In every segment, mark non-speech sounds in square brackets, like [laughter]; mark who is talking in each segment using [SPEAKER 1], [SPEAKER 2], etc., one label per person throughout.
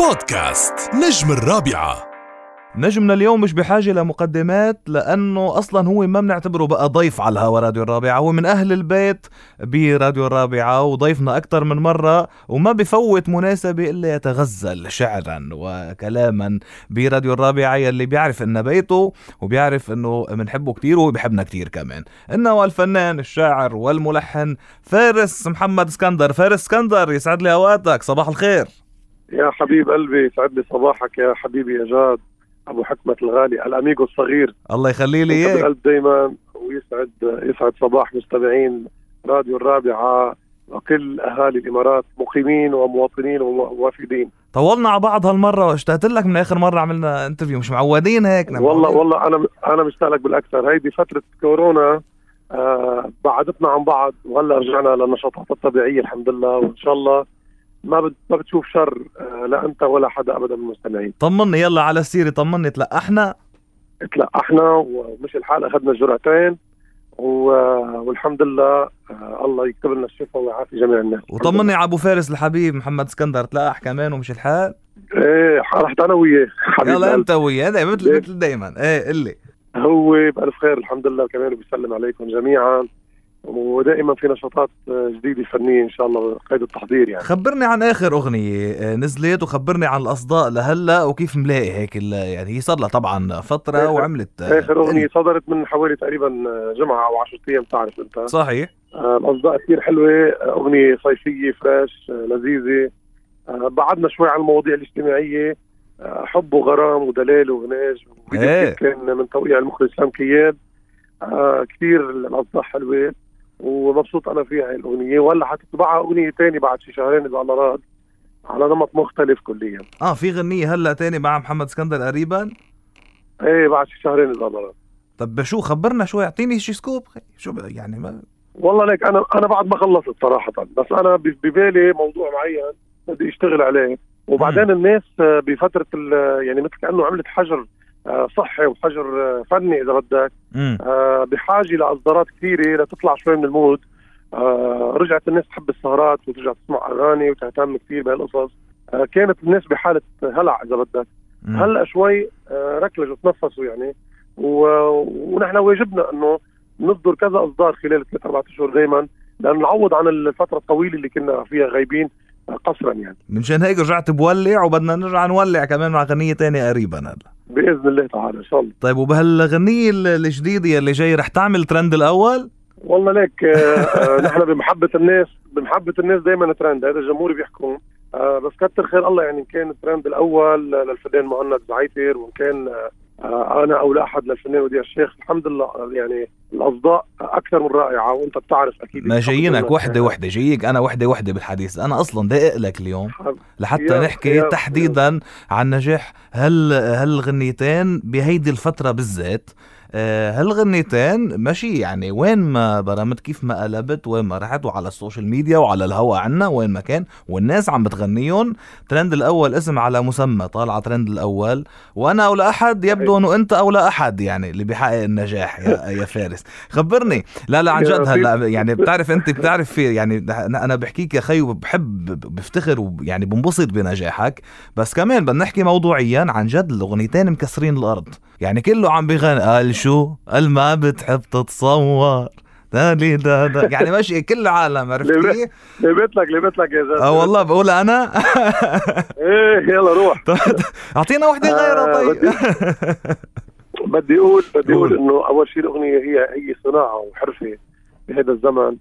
[SPEAKER 1] بودكاست نجم الرابعة
[SPEAKER 2] نجمنا اليوم مش بحاجة لمقدمات لأنه أصلا هو ما بنعتبره بقى ضيف على الهوا راديو الرابعة هو من أهل البيت براديو الرابعة وضيفنا أكثر من مرة وما بفوت مناسبة إلا يتغزل شعرا وكلاما براديو الرابعة يلي بيعرف إن بيته وبيعرف إنه بنحبه كتير وهو بيحبنا كتير كمان إنه هو الفنان الشاعر والملحن فارس محمد اسكندر فارس اسكندر يسعد لي أوقاتك صباح الخير
[SPEAKER 3] يا حبيب قلبي سعد لي صباحك يا حبيبي يا جاد ابو حكمة الغالي الاميغو الصغير
[SPEAKER 2] الله يخلي لي
[SPEAKER 3] يحب
[SPEAKER 2] إياك
[SPEAKER 3] القلب دائما ويسعد يسعد صباح مستمعين راديو الرابعه وكل اهالي الامارات مقيمين ومواطنين ووافدين
[SPEAKER 2] طولنا على بعض هالمرة واشتقت لك من آخر مرة عملنا انترفيو مش معودين هيك نعم.
[SPEAKER 3] والله والله انا انا مشتاق لك بالاكثر هيدي فتره كورونا آه بعدتنا عن بعض وهلا رجعنا للنشاطات الطبيعيه الحمد لله وان شاء الله ما بت- ما بتشوف شر آه لا انت ولا حدا ابدا من المستمعين
[SPEAKER 2] طمني يلا على السيرة طمني تلقحنا
[SPEAKER 3] تلقحنا ومش الحال اخذنا الجرعتين و- والحمد لله آه، الله يكتب لنا الشفاء ويعافي جميع الناس
[SPEAKER 2] وطمني على أبو فارس الحبيب محمد اسكندر تلقح كمان ومش الحال
[SPEAKER 3] ايه رحت انا وياه
[SPEAKER 2] يلا
[SPEAKER 3] حبيبي
[SPEAKER 2] أنت وياه دايما مثل
[SPEAKER 3] ليه؟
[SPEAKER 2] مثل دايما إيه قلي
[SPEAKER 3] هو بألف خير الحمد لله كمان بيسلم عليكم جميعا ودائما في نشاطات آه، جديدة فنية إن شاء الله قيد التحضير يعني
[SPEAKER 2] خبرني عن آخر أغنية آه، نزلت وخبرني عن الأصداء لهلا وكيف ملاقي هيك ال- يعني هي صار لها طبعا فترة
[SPEAKER 3] آخر-
[SPEAKER 2] وعملت آه،
[SPEAKER 3] آخر أغنية صدرت من حوالي تقريبا آه، جمعة أو 10 أيام تعرف أنت
[SPEAKER 2] صحيح
[SPEAKER 3] آه، الأصداء كثير حلوة آه، أغنية صيفية فريش آه، لذيذة آه، بعدنا شوي عن المواضيع الاجتماعية آه، حب وغرام ودلال وغناج وفيديو
[SPEAKER 2] إيه.
[SPEAKER 3] كليب كان من توقيع المخرج سام كيال آه، كثير الأصداء حلوة ومبسوط أنا فيها هاي الأغنية وهلا حتتبعها أغنية تانية بعد شي شهرين إذا الله راد على نمط مختلف كليا
[SPEAKER 2] آه في غنية هلا تاني مع محمد اسكندر قريبا
[SPEAKER 3] إيه بعد شي شهرين إذا الله راد
[SPEAKER 2] طب شو خبرنا شوي اعطيني شي سكوب شو ب- يعني ما
[SPEAKER 3] والله لك انا انا بعد ما خلصت صراحه بس انا ب- ببالي موضوع معين بدي اشتغل عليه وبعدين الناس آه، بفتره ال- يعني مثل كانه عملت حجر آه، صحي وحجر آه، فني اذا بدك
[SPEAKER 2] مم.
[SPEAKER 3] آه، بحاجه لاصدارات كثيره لتطلع شوي من المود آه، رجعت الناس تحب السهرات وترجع تسمع اغاني وتهتم كثير بهالقصص آه، كانت الناس بحاله هلع اذا بدك
[SPEAKER 2] مم.
[SPEAKER 3] هلا شوي آه، ركلجوا تنفسوا يعني و- ونحن واجبنا انه نصدر كذا اصدار خلال ثلاث اربع اشهر دائما لانه نعوض عن الفتره الطويله اللي كنا فيها غايبين آه، قصرا يعني
[SPEAKER 2] منشان هيك رجعت بولع وبدنا نرجع نولع كمان مع غنية تانية قريبا هلا
[SPEAKER 3] باذن الله تعالى ان شاء الله
[SPEAKER 2] طيب وبهالغنية ال- الجديدة يلي جاي رح تعمل ترند الأول
[SPEAKER 3] والله ليك آه، آه، نحن بمحبه الناس بمحبه الناس دائما ترند هذا الجمهور بيحكم آه، بس كتر خير الله يعني ان كان الترند الاول للفنان مهند زعيتر وان كان آه، آه، انا او لا احد للفنان وديع الشيخ الحمد لله آه، يعني الاصداء اكثر من رائعه وانت بتعرف اكيد
[SPEAKER 2] ما جايينك
[SPEAKER 3] منك.
[SPEAKER 2] وحدة وحدة جايك أنا وحدة وحدة بالحديث أنا أصلا دقق لك اليوم
[SPEAKER 3] حب-
[SPEAKER 2] لحتى
[SPEAKER 3] يا-
[SPEAKER 2] نحكي
[SPEAKER 3] يا-
[SPEAKER 2] تحديدا عن نجاح هال هالغنيتين بهيدي الفترة بالذات آه، هالغنيتين ماشي يعني وين ما برمت كيف ما قلبت وين ما رحت وعلى السوشيال ميديا وعلى الهوا عنا وين ما كان والناس عم بتغنيهم ترند الاول اسم على مسمى طالعه ترند الاول وانا ولا احد يبدو انه انت ولا احد يعني اللي بيحقق النجاح يا يا فارس خبرني لا لا عن
[SPEAKER 3] يا
[SPEAKER 2] جد
[SPEAKER 3] لطيف.
[SPEAKER 2] هلا
[SPEAKER 3] [laughs]
[SPEAKER 2] يعني بتعرف انت بتعرف في يعني انا أنا بحكيك يا خي وبحب بفتخر ويعني بنبسط بنجاحك بس كمان بدنا نحكي موضوعيا عن جد الاغنيتين مكسرين الارض يعني كله عم بيغني قال شو قال ما بتحب تتصور دا لي دا دا يعني ماشي كل العالم عرفت
[SPEAKER 3] ليه؟
[SPEAKER 2] كيف؟
[SPEAKER 3] لبيت لك لبيت لك يا زلمه
[SPEAKER 2] اه والله بقول [laughs] انا
[SPEAKER 3] ايه يلا روح
[SPEAKER 2] طب اعطينا وحده غيرها
[SPEAKER 3] آه،
[SPEAKER 2] طيب
[SPEAKER 3] بدي اقول بدي اقول
[SPEAKER 2] قول.
[SPEAKER 3] انه اول شيء الاغنيه هي هي صناعه وحرفه بهذا الزمن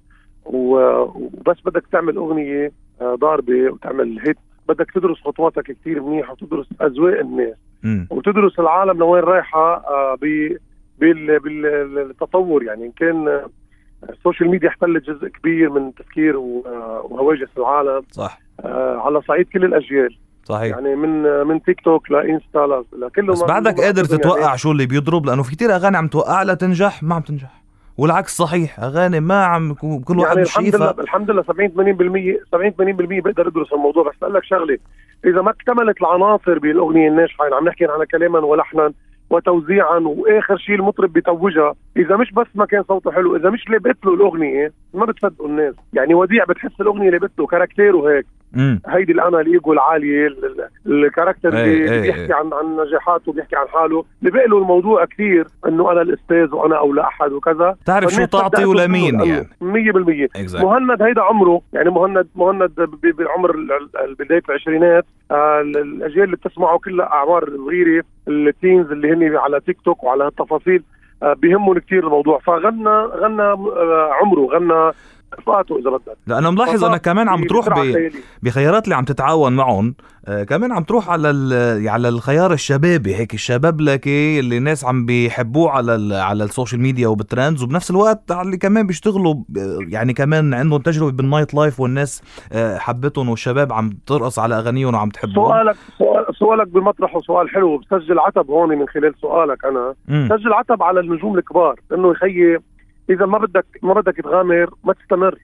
[SPEAKER 3] و- وبس بدك تعمل اغنيه آه، ضاربه وتعمل هيت بدك تدرس خطواتك كثير منيح وتدرس اذواق الناس
[SPEAKER 2] [laughs] مم.
[SPEAKER 3] وتدرس العالم لوين رايحه آه، ب- بال- بال- بالتطور يعني ان كان آه، السوشيال ميديا احتلت جزء كبير من تفكير و- آه، وهواجس العالم
[SPEAKER 2] صح
[SPEAKER 3] آه، على صعيد كل الاجيال
[SPEAKER 2] صحيح
[SPEAKER 3] يعني من من تيك توك لانستا ل- لكله
[SPEAKER 2] بس
[SPEAKER 3] ما-
[SPEAKER 2] بعدك
[SPEAKER 3] ما-
[SPEAKER 2] قادر
[SPEAKER 3] يعني
[SPEAKER 2] تتوقع شو اللي بيضرب لانه في كتير اغاني عم توقع لها تنجح ما عم تنجح والعكس صحيح اغاني ما عم يكون- كل واحد
[SPEAKER 3] يعني
[SPEAKER 2] مش
[SPEAKER 3] الحمد لله
[SPEAKER 2] شايفها
[SPEAKER 3] الحمد لله 70 80% 70 80% بقدر ادرس الموضوع بس اقول لك شغله اذا ما اكتملت العناصر بالاغنيه الناجحه يعني عم نحكي عن كلاما ولحنا وتوزيعا واخر شيء المطرب بيتوجها اذا مش بس ما كان صوته حلو اذا مش لبقت له الاغنيه ما بتصدقوا الناس يعني وديع بتحس الاغنيه لبقت له كاركتيره هيك
[SPEAKER 2] امم
[SPEAKER 3] هيدي الانا الايجو العاليه ال- ال- الكاركتر
[SPEAKER 2] إيه،
[SPEAKER 3] اللي
[SPEAKER 2] إيه،
[SPEAKER 3] اللي
[SPEAKER 2] إيه.
[SPEAKER 3] بيحكي عن عن نجاحاته بيحكي عن حاله لبق له الموضوع كثير انه انا الاستاذ وانا اولى احد وكذا
[SPEAKER 2] بتعرف شو
[SPEAKER 3] فالناس
[SPEAKER 2] تعطي
[SPEAKER 3] صدقته
[SPEAKER 2] ولمين
[SPEAKER 3] كله،
[SPEAKER 2] يعني
[SPEAKER 3] قالوا 100%
[SPEAKER 2] اكزاكت
[SPEAKER 3] مهند هيدا عمره يعني مهند مهند ب- بعمر ال- ال- بدايه العشرينات آه، ال- الاجيال اللي بتسمعه كلها اعمار صغيره التينز اللي هن على تيك توك وعلى هالتفاصيل آه، بيهمهم كثير الموضوع فغنى غنى آه، عمره غنى رفقاته اذا بدك
[SPEAKER 2] لانه ملاحظ انا كمان عم تروح
[SPEAKER 3] بسرعة
[SPEAKER 2] نعم، ب...
[SPEAKER 3] خيالية.
[SPEAKER 2] بخيارات اللي عم تتعاون معهم آه كمان عم تروح على ال... على الخيار الشبابي هيك الشباب لكي اللي الناس عم بيحبوه على ال... على السوشيال ميديا وبترندز وبنفس الوقت على اللي كمان بيشتغلوا ب... يعني كمان عندهم تجربه بالنايت لايف والناس آه حبتهم والشباب عم ترقص على اغانيهم وعم تحبهم
[SPEAKER 3] سؤالك سؤال- سؤالك بمطرحه سؤال حلو بسجل عتب هون من خلال سؤالك انا
[SPEAKER 2] مم.
[SPEAKER 3] سجل عتب على النجوم الكبار انه يخيي اذا ما بدك ما بدك تغامر ما تستمر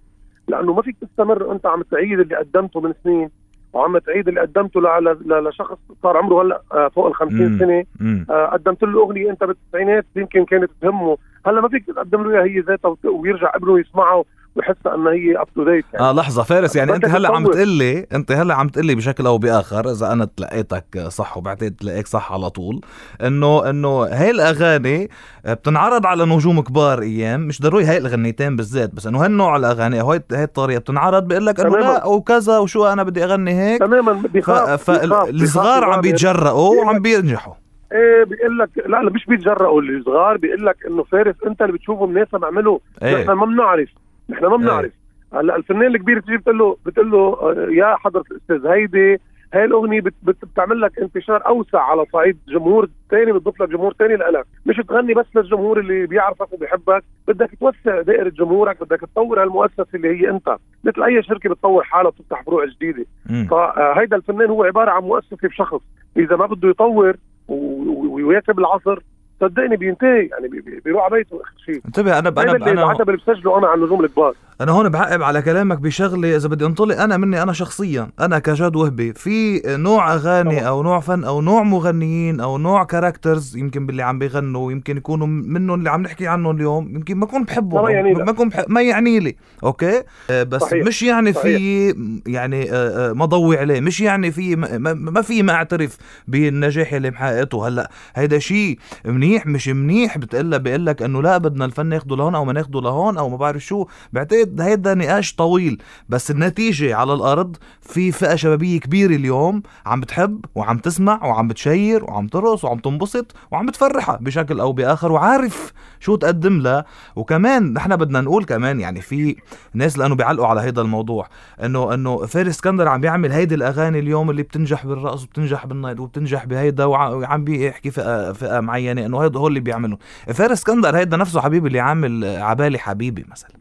[SPEAKER 3] لانه ما فيك تستمر انت عم تعيد اللي قدمته من سنين وعم تعيد اللي قدمته ل- ل- ل- لشخص صار عمره هلا آه، فوق ال 50
[SPEAKER 2] مم.
[SPEAKER 3] سنه
[SPEAKER 2] مم.
[SPEAKER 3] آه، قدمت له اغنيه انت بالتسعينات يمكن كانت تهمه هلا ما فيك تقدم له اياها هي ذاتها وت- ويرجع ابنه يسمعها ويحس انها هي اب تو ديت يعني
[SPEAKER 2] اه لحظة فارس يعني انت
[SPEAKER 3] بدك
[SPEAKER 2] هلا عم
[SPEAKER 3] تطور.
[SPEAKER 2] تقلي انت هلا عم تقلي بشكل او باخر اذا انا تلقيتك صح وبعتقد تلاقيك صح على طول انه انه هاي الاغاني بتنعرض على نجوم كبار ايام مش ضروري هاي الغنيتين بالذات بس انه هالنوع الاغاني او هاي هاي الطريقة بتنعرض بقول لك انه
[SPEAKER 3] تماما.
[SPEAKER 2] لا وكذا وشو انا بدي اغني هيك
[SPEAKER 3] تماما
[SPEAKER 2] ف-
[SPEAKER 3] بيخاف بيخاف-
[SPEAKER 2] فالصغار
[SPEAKER 3] بيخاف
[SPEAKER 2] عم
[SPEAKER 3] يغامر.
[SPEAKER 2] بيتجرأوا وعم بينجحوا
[SPEAKER 3] ايه بيقول لك لا لا مش بيتجرأوا الصغار بيقول لك انه فارس انت اللي بتشوفه مناسب اعمله
[SPEAKER 2] ايه
[SPEAKER 3] نحن ما بنعرف نحن ما بنعرف هلا الفنان الكبير بتيجي بتقول له بتقول له آه، يا حضره الاستاذ هيدي هاي الاغنيه بت بت بتعمل لك انتشار اوسع على صعيد جمهور تاني بتضيف لك جمهور تاني لك مش تغني بس للجمهور اللي بيعرفك وبيحبك بدك توسع دائره جمهورك بدك تطور هالمؤسسه اللي هي انت مثل اي شركه بتطور حالها بتفتح فروع جديده
[SPEAKER 2] مم.
[SPEAKER 3] فهيدا آه، الفنان هو عباره عن مؤسسه بشخص اذا ما بده يطور و- و- ويواكب العصر صدقني بينتهي يعني بي- بي- بيروح على بيته اخر شيء
[SPEAKER 2] انتبه انا
[SPEAKER 3] انا
[SPEAKER 2] انا
[SPEAKER 3] اللي
[SPEAKER 2] انا
[SPEAKER 3] العتب اللي بسجله انا على النجوم الكبار
[SPEAKER 2] انا هون بعقب على كلامك بشغله اذا بدي انطلق انا مني انا شخصيا انا كجاد وهبي في نوع اغاني
[SPEAKER 3] طبعاً.
[SPEAKER 2] او نوع فن او نوع مغنيين او نوع كاركترز يمكن باللي عم بيغنوا يمكن يكونوا منهم اللي عم نحكي عنهم اليوم يمكن ما اكون بحبهم
[SPEAKER 3] ما يعني
[SPEAKER 2] أو
[SPEAKER 3] لك.
[SPEAKER 2] ما اكون بحب ما يعني لي اوكي آه، بس
[SPEAKER 3] صحيح.
[SPEAKER 2] مش يعني في يعني آه، آه، ما ضوي عليه مش يعني في ما- ما ما في ما اعترف بالنجاح اللي محققته هلا هيدا شيء منيح مش منيح بتقلها بقول لك انه لا بدنا الفن ناخده لهون او ما ناخده لهون او ما بعرف شو بعتقد هيدا نقاش طويل بس النتيجه على الارض في فئه شبابيه كبيره اليوم عم بتحب وعم تسمع وعم بتشير وعم ترقص وعم تنبسط وعم بتفرحها بشكل او باخر وعارف شو تقدم لها وكمان نحن بدنا نقول كمان يعني في ناس لانه بيعلقوا على هيدا الموضوع انه انه فارس اسكندر عم بيعمل هيدي الاغاني اليوم اللي بتنجح بالرقص وبتنجح بالنايت وبتنجح بهيدا وع- وعم بيحكي فئه فئه معينه انه هيدا هو اللي بيعملوا فارس اسكندر هيدا نفسه حبيبي اللي عامل آه، عبالي حبيبي مثلا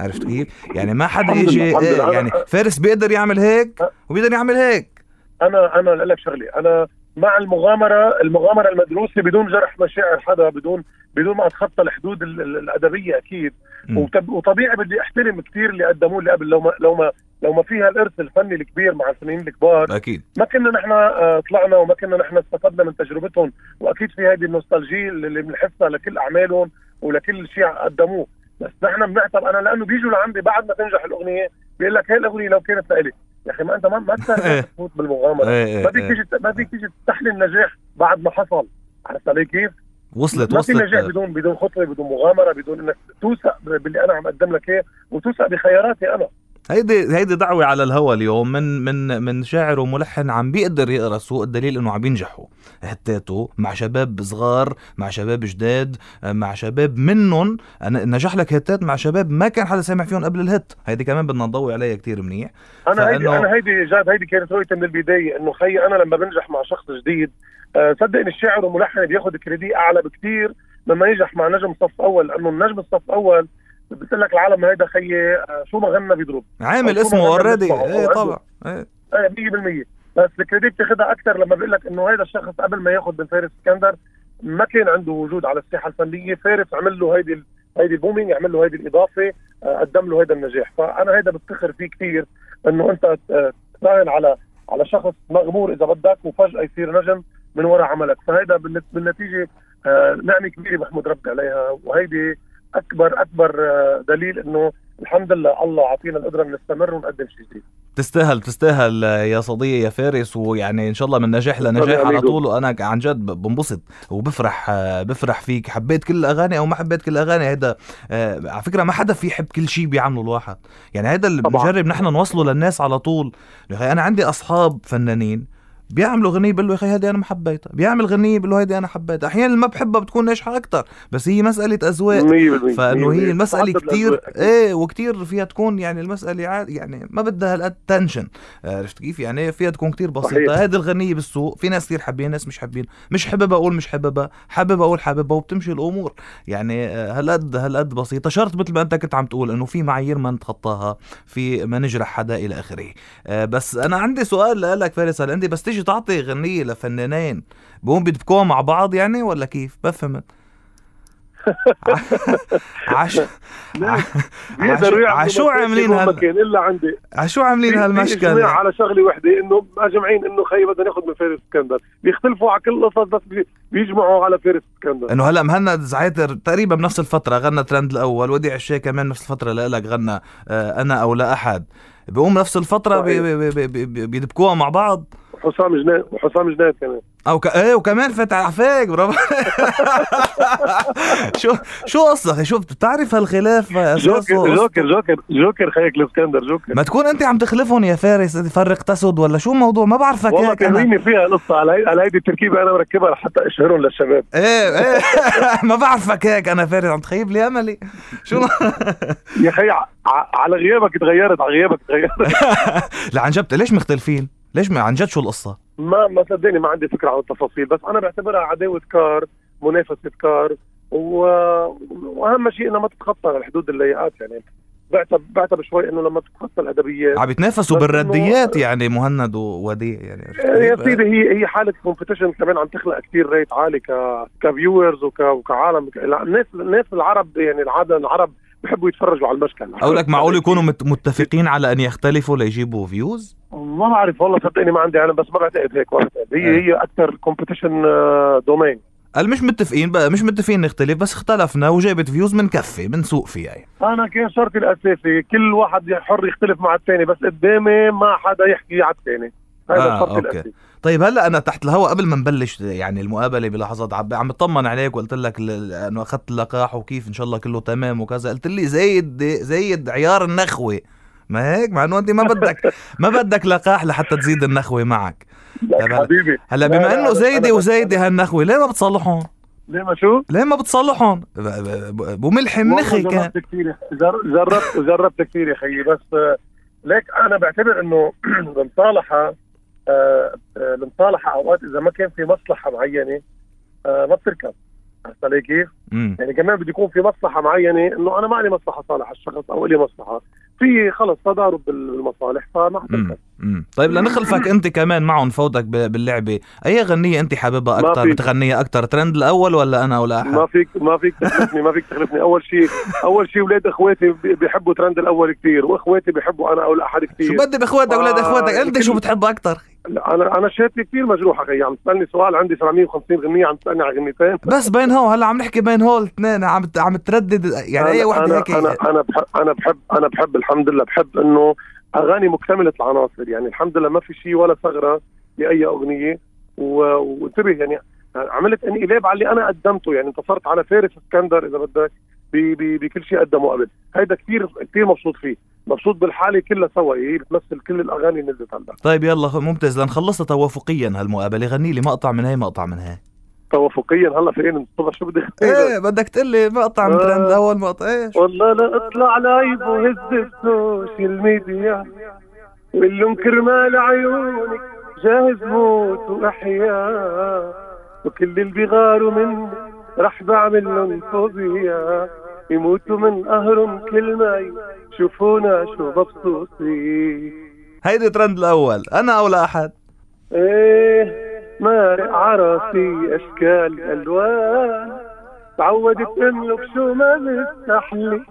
[SPEAKER 2] عرفت كيف؟ يعني ما حدا
[SPEAKER 3] الحمد لله،
[SPEAKER 2] يجي
[SPEAKER 3] الحمد
[SPEAKER 2] آه،
[SPEAKER 3] لله.
[SPEAKER 2] يعني فارس بيقدر يعمل هيك وبيقدر يعمل هيك
[SPEAKER 3] انا انا اقول لك شغله انا مع المغامره المغامره المدروسه بدون جرح مشاعر حدا بدون بدون ما اتخطى الحدود ال- ال- الادبيه اكيد
[SPEAKER 2] مم.
[SPEAKER 3] وتب- وطبيعي بدي احترم كثير اللي قدموه اللي قبل لو ما لو ما لو ما فيها الارث الفني الكبير مع الفنانين الكبار
[SPEAKER 2] اكيد
[SPEAKER 3] ما كنا نحن آه، طلعنا وما كنا نحن استفدنا من تجربتهم واكيد في هذه النوستالجي اللي بنحسها لكل اعمالهم ولكل شيء قدموه بس نحن بنعتبر انا لانه بيجوا لعندي بعد ما تنجح الاغنيه بيقول لك هاي الاغنيه لو كانت لإلي يا اخي ما انت ما ما
[SPEAKER 2] إيه.
[SPEAKER 3] تستاهل تفوت
[SPEAKER 2] [laughs]
[SPEAKER 3] بالمغامره
[SPEAKER 2] إيه، إيه،
[SPEAKER 3] ما فيك
[SPEAKER 2] إيه.
[SPEAKER 3] تيجي ما فيك تيجي تستحلي النجاح بعد ما حصل عرفت علي كيف؟
[SPEAKER 2] وصلت
[SPEAKER 3] ما في نجاح
[SPEAKER 2] وصلت
[SPEAKER 3] بدون بدون خطوه بدون مغامره بدون انك توثق باللي انا عم اقدم لك اياه وتوثق بخياراتي انا
[SPEAKER 2] هيدي هيدي دعوة على الهوى اليوم من من من شاعر وملحن عم بيقدر يقرا سوق الدليل انه عم بينجحوا هتاته مع شباب صغار مع شباب جداد مع شباب منهم أنا- نجح لك هتات مع شباب ما كان حدا سامع فيهم قبل الهت هيدي كمان بدنا نضوي عليها كتير منيح
[SPEAKER 3] انا هيدي
[SPEAKER 2] فإنه-
[SPEAKER 3] انا هيدي جاد هيدي كانت رؤيتي من البدايه انه خيي انا لما بنجح مع شخص جديد آه، صدقني الشاعر والملحن بياخذ كريدي اعلى بكثير لما ينجح مع نجم صف اول لانه النجم الصف اول بتقول لك العالم هيدا خيي آه، شو ما غنى بيضرب
[SPEAKER 2] عامل
[SPEAKER 3] أو شو
[SPEAKER 2] اسمه
[SPEAKER 3] ما كان
[SPEAKER 2] اوريدي
[SPEAKER 3] بيسمعه،
[SPEAKER 2] ايه
[SPEAKER 3] أو
[SPEAKER 2] طبعا إيه.
[SPEAKER 3] آه، 100% بس الكريدي بتاخذها اكثر لما بيقول لك انه هيدا الشخص قبل ما ياخذ من فارس اسكندر ما كان عنده وجود على الساحه الفنيه فارس عمل له هيدي ال- هيدي البومينج عمل له هيدي الاضافه آه، قدم له هيدا النجاح فانا هيدا بفتخر فيه كثير انه انت آه، تراهن على على شخص مغمور اذا بدك وفجاه يصير نجم من وراء عملك فهيدا بالنت- بالنتيجه آه، نعمه كبيره محمود ربي عليها وهيدي اكبر اكبر آه، دليل انه الحمد لله الله عطينا القدره نستمر ونقدم شيء جديد
[SPEAKER 2] تستاهل تستاهل يا صديقي يا فارس ويعني ان شاء الله من نجاح لنجاح على
[SPEAKER 3] طيب أميجو.
[SPEAKER 2] طول وانا عن جد بنبسط وبفرح آه، بفرح فيك حبيت كل الاغاني او ما حبيت كل الاغاني هيدا آه، على فكره ما حدا في يحب كل شيء بيعمله الواحد يعني هيدا اللي
[SPEAKER 3] طبعاً.
[SPEAKER 2] بنجرب نحن نوصله للناس على طول يا أخي انا عندي اصحاب فنانين بيعملوا غنية بيقول له يا اخي هيدي انا ما حبيتها، بيعمل غنية بيقول له هيدي انا حبيتها، احيانا اللي ما بحبها بتكون ناجحة اكثر، بس هي مسألة اذواق
[SPEAKER 3] 100%
[SPEAKER 2] فانه هي المساله
[SPEAKER 3] تعدد
[SPEAKER 2] كتير
[SPEAKER 3] الأذواق أكيد.
[SPEAKER 2] ايه وكتير فيها تكون يعني المساله عاد- يعني ما بدها هالقد تنشن عرفت كيف يعني فيها تكون كتير
[SPEAKER 3] صحيح.
[SPEAKER 2] بسيطه هذه الغنيه بالسوق في ناس كتير حابين ناس مش حابين مش حاببها اقول مش حاببها حاببها اقول حاببها وبتمشي الامور يعني آه، هالقد هالقد بسيطه شرط مثل ما انت كنت عم تقول انه في معايير ما نتخطاها في ما نجرح حدا الى اخره آه، بس انا عندي سؤال لك فارس هل عندي بس تيجي تعطي غنيه لفنانين بقوم بيدبكوها مع بعض يعني ولا كيف ما
[SPEAKER 3] [laughs]
[SPEAKER 2] فهمت عش... [laughs]
[SPEAKER 3] لا،
[SPEAKER 2] عشو-
[SPEAKER 3] بيقدروا يعملوا
[SPEAKER 2] عشو
[SPEAKER 3] مشاكل
[SPEAKER 2] عاملين
[SPEAKER 3] وما
[SPEAKER 2] هال-
[SPEAKER 3] كان الا عندي
[SPEAKER 2] عشو عاملين
[SPEAKER 3] في- في إجماع
[SPEAKER 2] هالمشكلة
[SPEAKER 3] على شغله وحده انه مجمعين انه خي بدنا ناخذ من فارس اسكندر بيختلفوا على كل القصص بس بي- بيجمعوا على فارس اسكندر
[SPEAKER 2] انه هلا مهند زعيتر تقريبا بنفس الفترة غنى ترند الاول وديع الشيخ كمان نفس الفترة لك غنى آه، انا او لا احد بقوم نفس الفترة بي- بي- بي- بي- بي- بيدبكوها مع بعض
[SPEAKER 3] وحسام جناد وحسام جناد كمان
[SPEAKER 2] او ك... ايه وكمان فتح عفاك برافو [laughs] شو شو قصة أخي؟ شو بتعرف هالخلاف
[SPEAKER 3] جوكر
[SPEAKER 2] اساسه
[SPEAKER 3] جوكر جوكر جوكر خيك الاسكندر جوكر
[SPEAKER 2] ما تكون انت عم تخلفهم يا فارس فرق تسد ولا شو الموضوع ما بعرفك
[SPEAKER 3] والله
[SPEAKER 2] هيك انا
[SPEAKER 3] تهويني فيها القصه على هي- على هيدي التركيبه انا مركبها لحتى اشهرهم للشباب
[SPEAKER 2] ايه ايه [laughs] ما بعرفك هيك انا فارس عم تخيب لي املي شو [laughs]
[SPEAKER 3] يا خي ع- ع- على غيابك تغيرت على غيابك تغيرت
[SPEAKER 2] لا عن جد ليش مختلفين؟ ليش ما عن جد شو القصة؟
[SPEAKER 3] ما ما صدقني ما عندي فكره عن التفاصيل بس انا بعتبرها عداوه كار منافسه كار و... واهم شيء انها ما تتخطى الحدود اللياقات يعني بعتب بعتب شوي انه لما تتخطى الادبيات
[SPEAKER 2] عم يتنافسوا
[SPEAKER 3] بس إنه-
[SPEAKER 2] بالرديات يعني مهند ووديع يعني
[SPEAKER 3] يا
[SPEAKER 2] عرفت كيف؟
[SPEAKER 3] سيدي هي هي حاله كومبيتيشن كمان عم تخلق كثير ريت عالي ك كفيورز وك وكعالم ك- الع- الناس الناس العرب يعني العاده العرب بحبوا يتفرجوا على المشكل
[SPEAKER 2] أقول لك معقول يكونوا مت- متفقين على أن يختلفوا ليجيبوا فيوز؟
[SPEAKER 3] ما بعرف والله صدقني ما عندي علم بس ما بعتقد هيك ما بعتقد هي
[SPEAKER 2] إيه.
[SPEAKER 3] هي آه، اكثر كومبيتيشن دومين
[SPEAKER 2] قال مش متفقين بقى مش متفقين نختلف بس اختلفنا وجابت فيوز من كفي من سوق فيها يعني
[SPEAKER 3] انا كان شرطي الاساسي كل واحد حر يختلف مع الثاني بس قدامي ما حدا يحكي على الثاني هذا
[SPEAKER 2] آه،
[SPEAKER 3] شرطي
[SPEAKER 2] أوكي.
[SPEAKER 3] الاساسي
[SPEAKER 2] طيب هلا انا تحت الهواء قبل ما نبلش يعني المقابله بلحظات عم عم بطمن عليك وقلت لك ل- ل- انه اخذت اللقاح وكيف ان شاء الله كله تمام وكذا قلت لي زايد زايد عيار النخوه ما هيك مع انه انت ما بدك ما بدك لقاح لحتى تزيد النخوه معك
[SPEAKER 3] لك
[SPEAKER 2] هلا-
[SPEAKER 3] يعني حبيبي
[SPEAKER 2] هلا
[SPEAKER 3] لا،
[SPEAKER 2] بما
[SPEAKER 3] لا،
[SPEAKER 2] انه
[SPEAKER 3] أنا-
[SPEAKER 2] زايده
[SPEAKER 3] أنا-
[SPEAKER 2] وزايده هالنخوه ليه ما بتصلحهم؟
[SPEAKER 3] ليه ما شو؟
[SPEAKER 2] ليه ما بتصلحهم؟ ب- ب- ب- ابو ملحم
[SPEAKER 3] والله
[SPEAKER 2] نخي كان
[SPEAKER 3] جربت كثير جر- جربت جربت كثير يا خيي بس آه، ليك انا بعتبر [clears throat] انه المصالحه آه، آه، المصالحه اوقات اذا ما كان في مصلحه معينه آه، ما بتركب عرفت علي كيف؟
[SPEAKER 2] مم.
[SPEAKER 3] يعني كمان بده يكون في مصلحه معينه انه انا ما لي مصلحه صالح الشخص او لي مصلحه في خلص تضارب بال- بالمصالح فما
[SPEAKER 2] مم.
[SPEAKER 3] حتركب
[SPEAKER 2] مم. طيب لنخلفك انت كمان معهم فوتك ب- باللعبه اي غنيه انت حاببها
[SPEAKER 3] ما
[SPEAKER 2] اكثر
[SPEAKER 3] في.
[SPEAKER 2] بتغنيها اكثر ترند الاول ولا انا ولا احد
[SPEAKER 3] ما فيك ما فيك تخلفني ما فيك تخلفني اول شيء اول شيء اولاد اخواتي بي- بيحبوا ترند الاول كثير واخواتي بيحبوا انا او الاحد
[SPEAKER 2] شو
[SPEAKER 3] كثير
[SPEAKER 2] بدي باخواتك اولاد
[SPEAKER 3] آه،
[SPEAKER 2] اخواتك انت شو
[SPEAKER 3] كل-
[SPEAKER 2] بتحب اكثر
[SPEAKER 3] لا، انا انا شهادتي كثير مجروحه خيي عم تسالني سؤال عندي 750 غنيه عم تسالني على غنيتين
[SPEAKER 2] بس بين هو هلا عم نحكي بين هول اثنين عم ت- عم تردد يعني اي
[SPEAKER 3] أنا-
[SPEAKER 2] وحده
[SPEAKER 3] انا
[SPEAKER 2] هيك
[SPEAKER 3] انا انا بحب انا بحب انا بحب الحمد لله بحب انه اغاني مكتمله العناصر يعني الحمد لله ما في شيء ولا ثغره باي اغنيه و- وانتبه يعني عملت انقلاب على اللي انا قدمته يعني انتصرت على فارس اسكندر اذا بدك ب- ب- بكل شيء قدمه قبل هيدا كثير كثير مبسوط فيه مبسوط بالحاله كلها سوا يعني هي بتمثل كل الاغاني اللي نزلت هلا
[SPEAKER 2] طيب يلا خ- ممتاز لنخلصها توافقيا هالمقابله غني لي مقطع من هي مقطع من هي
[SPEAKER 3] توافقيا هلا فين الصبح شو بدي أغني؟
[SPEAKER 2] ايه بدك تقول لي مقطع من
[SPEAKER 3] إيه. آه.
[SPEAKER 2] ترند اول مقطع ايه شو-
[SPEAKER 3] والله لا اطلع لايف وهز السوشيال ميديا وقول لهم كرمال عيونك جاهز موت واحياء وكل اللي بيغاروا مني رح بعمل لهم فوبيا يموتوا من قهرهم كل ما يشوفونا شو مبسوطين
[SPEAKER 2] هيدي ترند الاول انا او لا احد
[SPEAKER 3] ايه مارق عراسي اشكال الوان تعودت املك شو ما مستحلي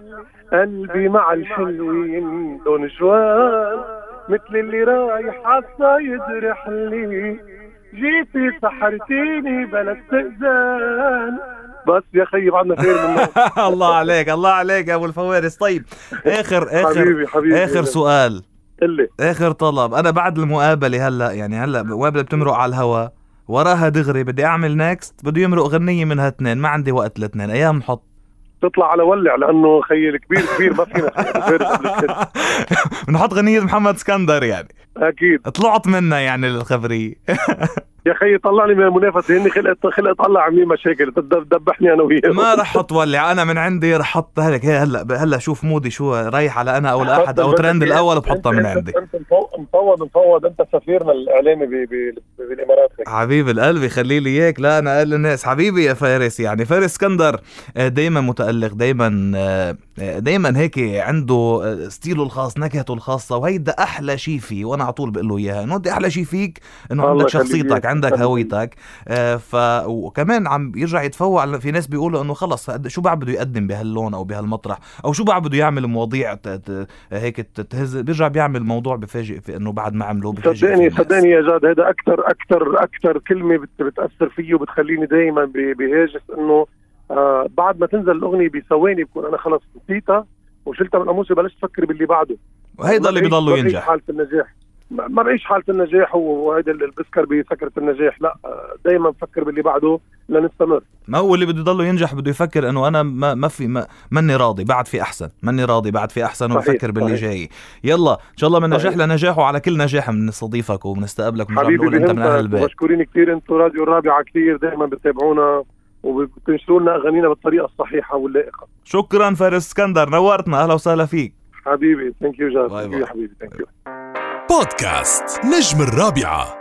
[SPEAKER 3] قلبي مع الحلوين دون جوان مثل اللي رايح عالصيد رحلي جيتي سحرتيني بلا استئذان بس يا خيي بعدنا خير من النوم.
[SPEAKER 2] [laughs] الله عليك الله عليك يا ابو الفوارس طيب اخر اخر
[SPEAKER 3] حبيبي حبيبي
[SPEAKER 2] اخر سؤال
[SPEAKER 3] اللي
[SPEAKER 2] اخر طلب انا بعد المقابله هلا يعني هلا المقابله بتمرق على الهوا وراها دغري بدي اعمل نيكست بده يمرق غنيه منها اثنين ما عندي وقت لاثنين ايام
[SPEAKER 3] [laughs]
[SPEAKER 2] نحط
[SPEAKER 3] تطلع على ولع لانه خيي الكبير كبير ما فينا
[SPEAKER 2] [laughs]
[SPEAKER 3] خيي غير قبل كده.
[SPEAKER 2] بنحط غنيه محمد اسكندر يعني
[SPEAKER 3] اكيد
[SPEAKER 2] طلعت منها يعني الخبريه
[SPEAKER 3] يا خيي طلعني من المنافسه هني خلقت خلقت الله عمي مشاكل بدها تدبحني انا وياه
[SPEAKER 2] ما رح اتولع انا من عندي رح احط هلك هي هلا هلا شوف مودي شو رايح على انا او الاحد او ترند الاول بحطها من عندي
[SPEAKER 3] انت مفوض مفوض مفوض انت سفيرنا الاعلامي ب- ب- بالامارات خيي.
[SPEAKER 2] حبيب القلب يخلي لي اياك لا انا اقل الناس حبيبي يا فارس يعني فارس اسكندر آه، دايما متالق دايما آه، آه، دايما هيك عنده آه، ستيله الخاص نكهته الخاصه وهيدا احلى شيء فيه وانا على طول بقول له اياها انه بدي احلى شيء فيك انه
[SPEAKER 3] الله
[SPEAKER 2] عندك
[SPEAKER 3] يخليك.
[SPEAKER 2] شخصيتك عندك هويتك آه، ف وكمان عم يرجع يتفوق على- في ناس بيقولوا انه خلص هاد- شو بقى بده يقدم بهاللون او بهالمطرح او شو بقى بده يعمل مواضيع ت- ت- هيك تهز بيرجع بيعمل موضوع بفاجئ في انه بعد ما عمله بفاجئ فيه
[SPEAKER 3] صدقني
[SPEAKER 2] الناس.
[SPEAKER 3] صدقني يا جاد هذا اكثر اكثر اكثر كلمه بت- بتاثر فيي وبتخليني دائما بهاجس انه آه بعد ما تنزل الاغنيه بثواني بكون انا خلص نسيتها وشلتها من قاموسي بلشت افكر باللي بعده
[SPEAKER 2] وهيدا اللي
[SPEAKER 3] ما بعيش-
[SPEAKER 2] بضله
[SPEAKER 3] ما بعيش
[SPEAKER 2] ينجح
[SPEAKER 3] حاله النجاح ما ما بعيش حاله النجاح و- وهيدا اللي بسكر بسكره النجاح لا دائما بفكر باللي بعده لنستمر
[SPEAKER 2] ما هو اللي بده يضله ينجح بده يفكر انه انا ما ما في ما ماني راضي بعد في احسن ماني راضي بعد في احسن
[SPEAKER 3] صحيح،
[SPEAKER 2] وبفكر باللي
[SPEAKER 3] صحيح.
[SPEAKER 2] جاي يلا ان شاء الله من نجاح
[SPEAKER 3] صحيح.
[SPEAKER 2] لنجاح وعلى كل نجاح بنستضيفك وبنستقبلك وبنرجع
[SPEAKER 3] حبيبي
[SPEAKER 2] بنقول انت من اهل
[SPEAKER 3] بهمتك
[SPEAKER 2] البيت
[SPEAKER 3] ومشكورين كثير انتم راديو الرابعه كثير دائما بتتابعونا وبتنشروا لنا اغانينا بالطريقه الصحيحه واللائقه
[SPEAKER 2] شكرا فارس اسكندر نورتنا اهلا وسهلا فيك
[SPEAKER 3] حبيبي ثانك يو جاد
[SPEAKER 2] باي
[SPEAKER 3] ثانك
[SPEAKER 2] باي.
[SPEAKER 3] يو حبيبي ثانك يو
[SPEAKER 1] بودكاست نجم الرابعه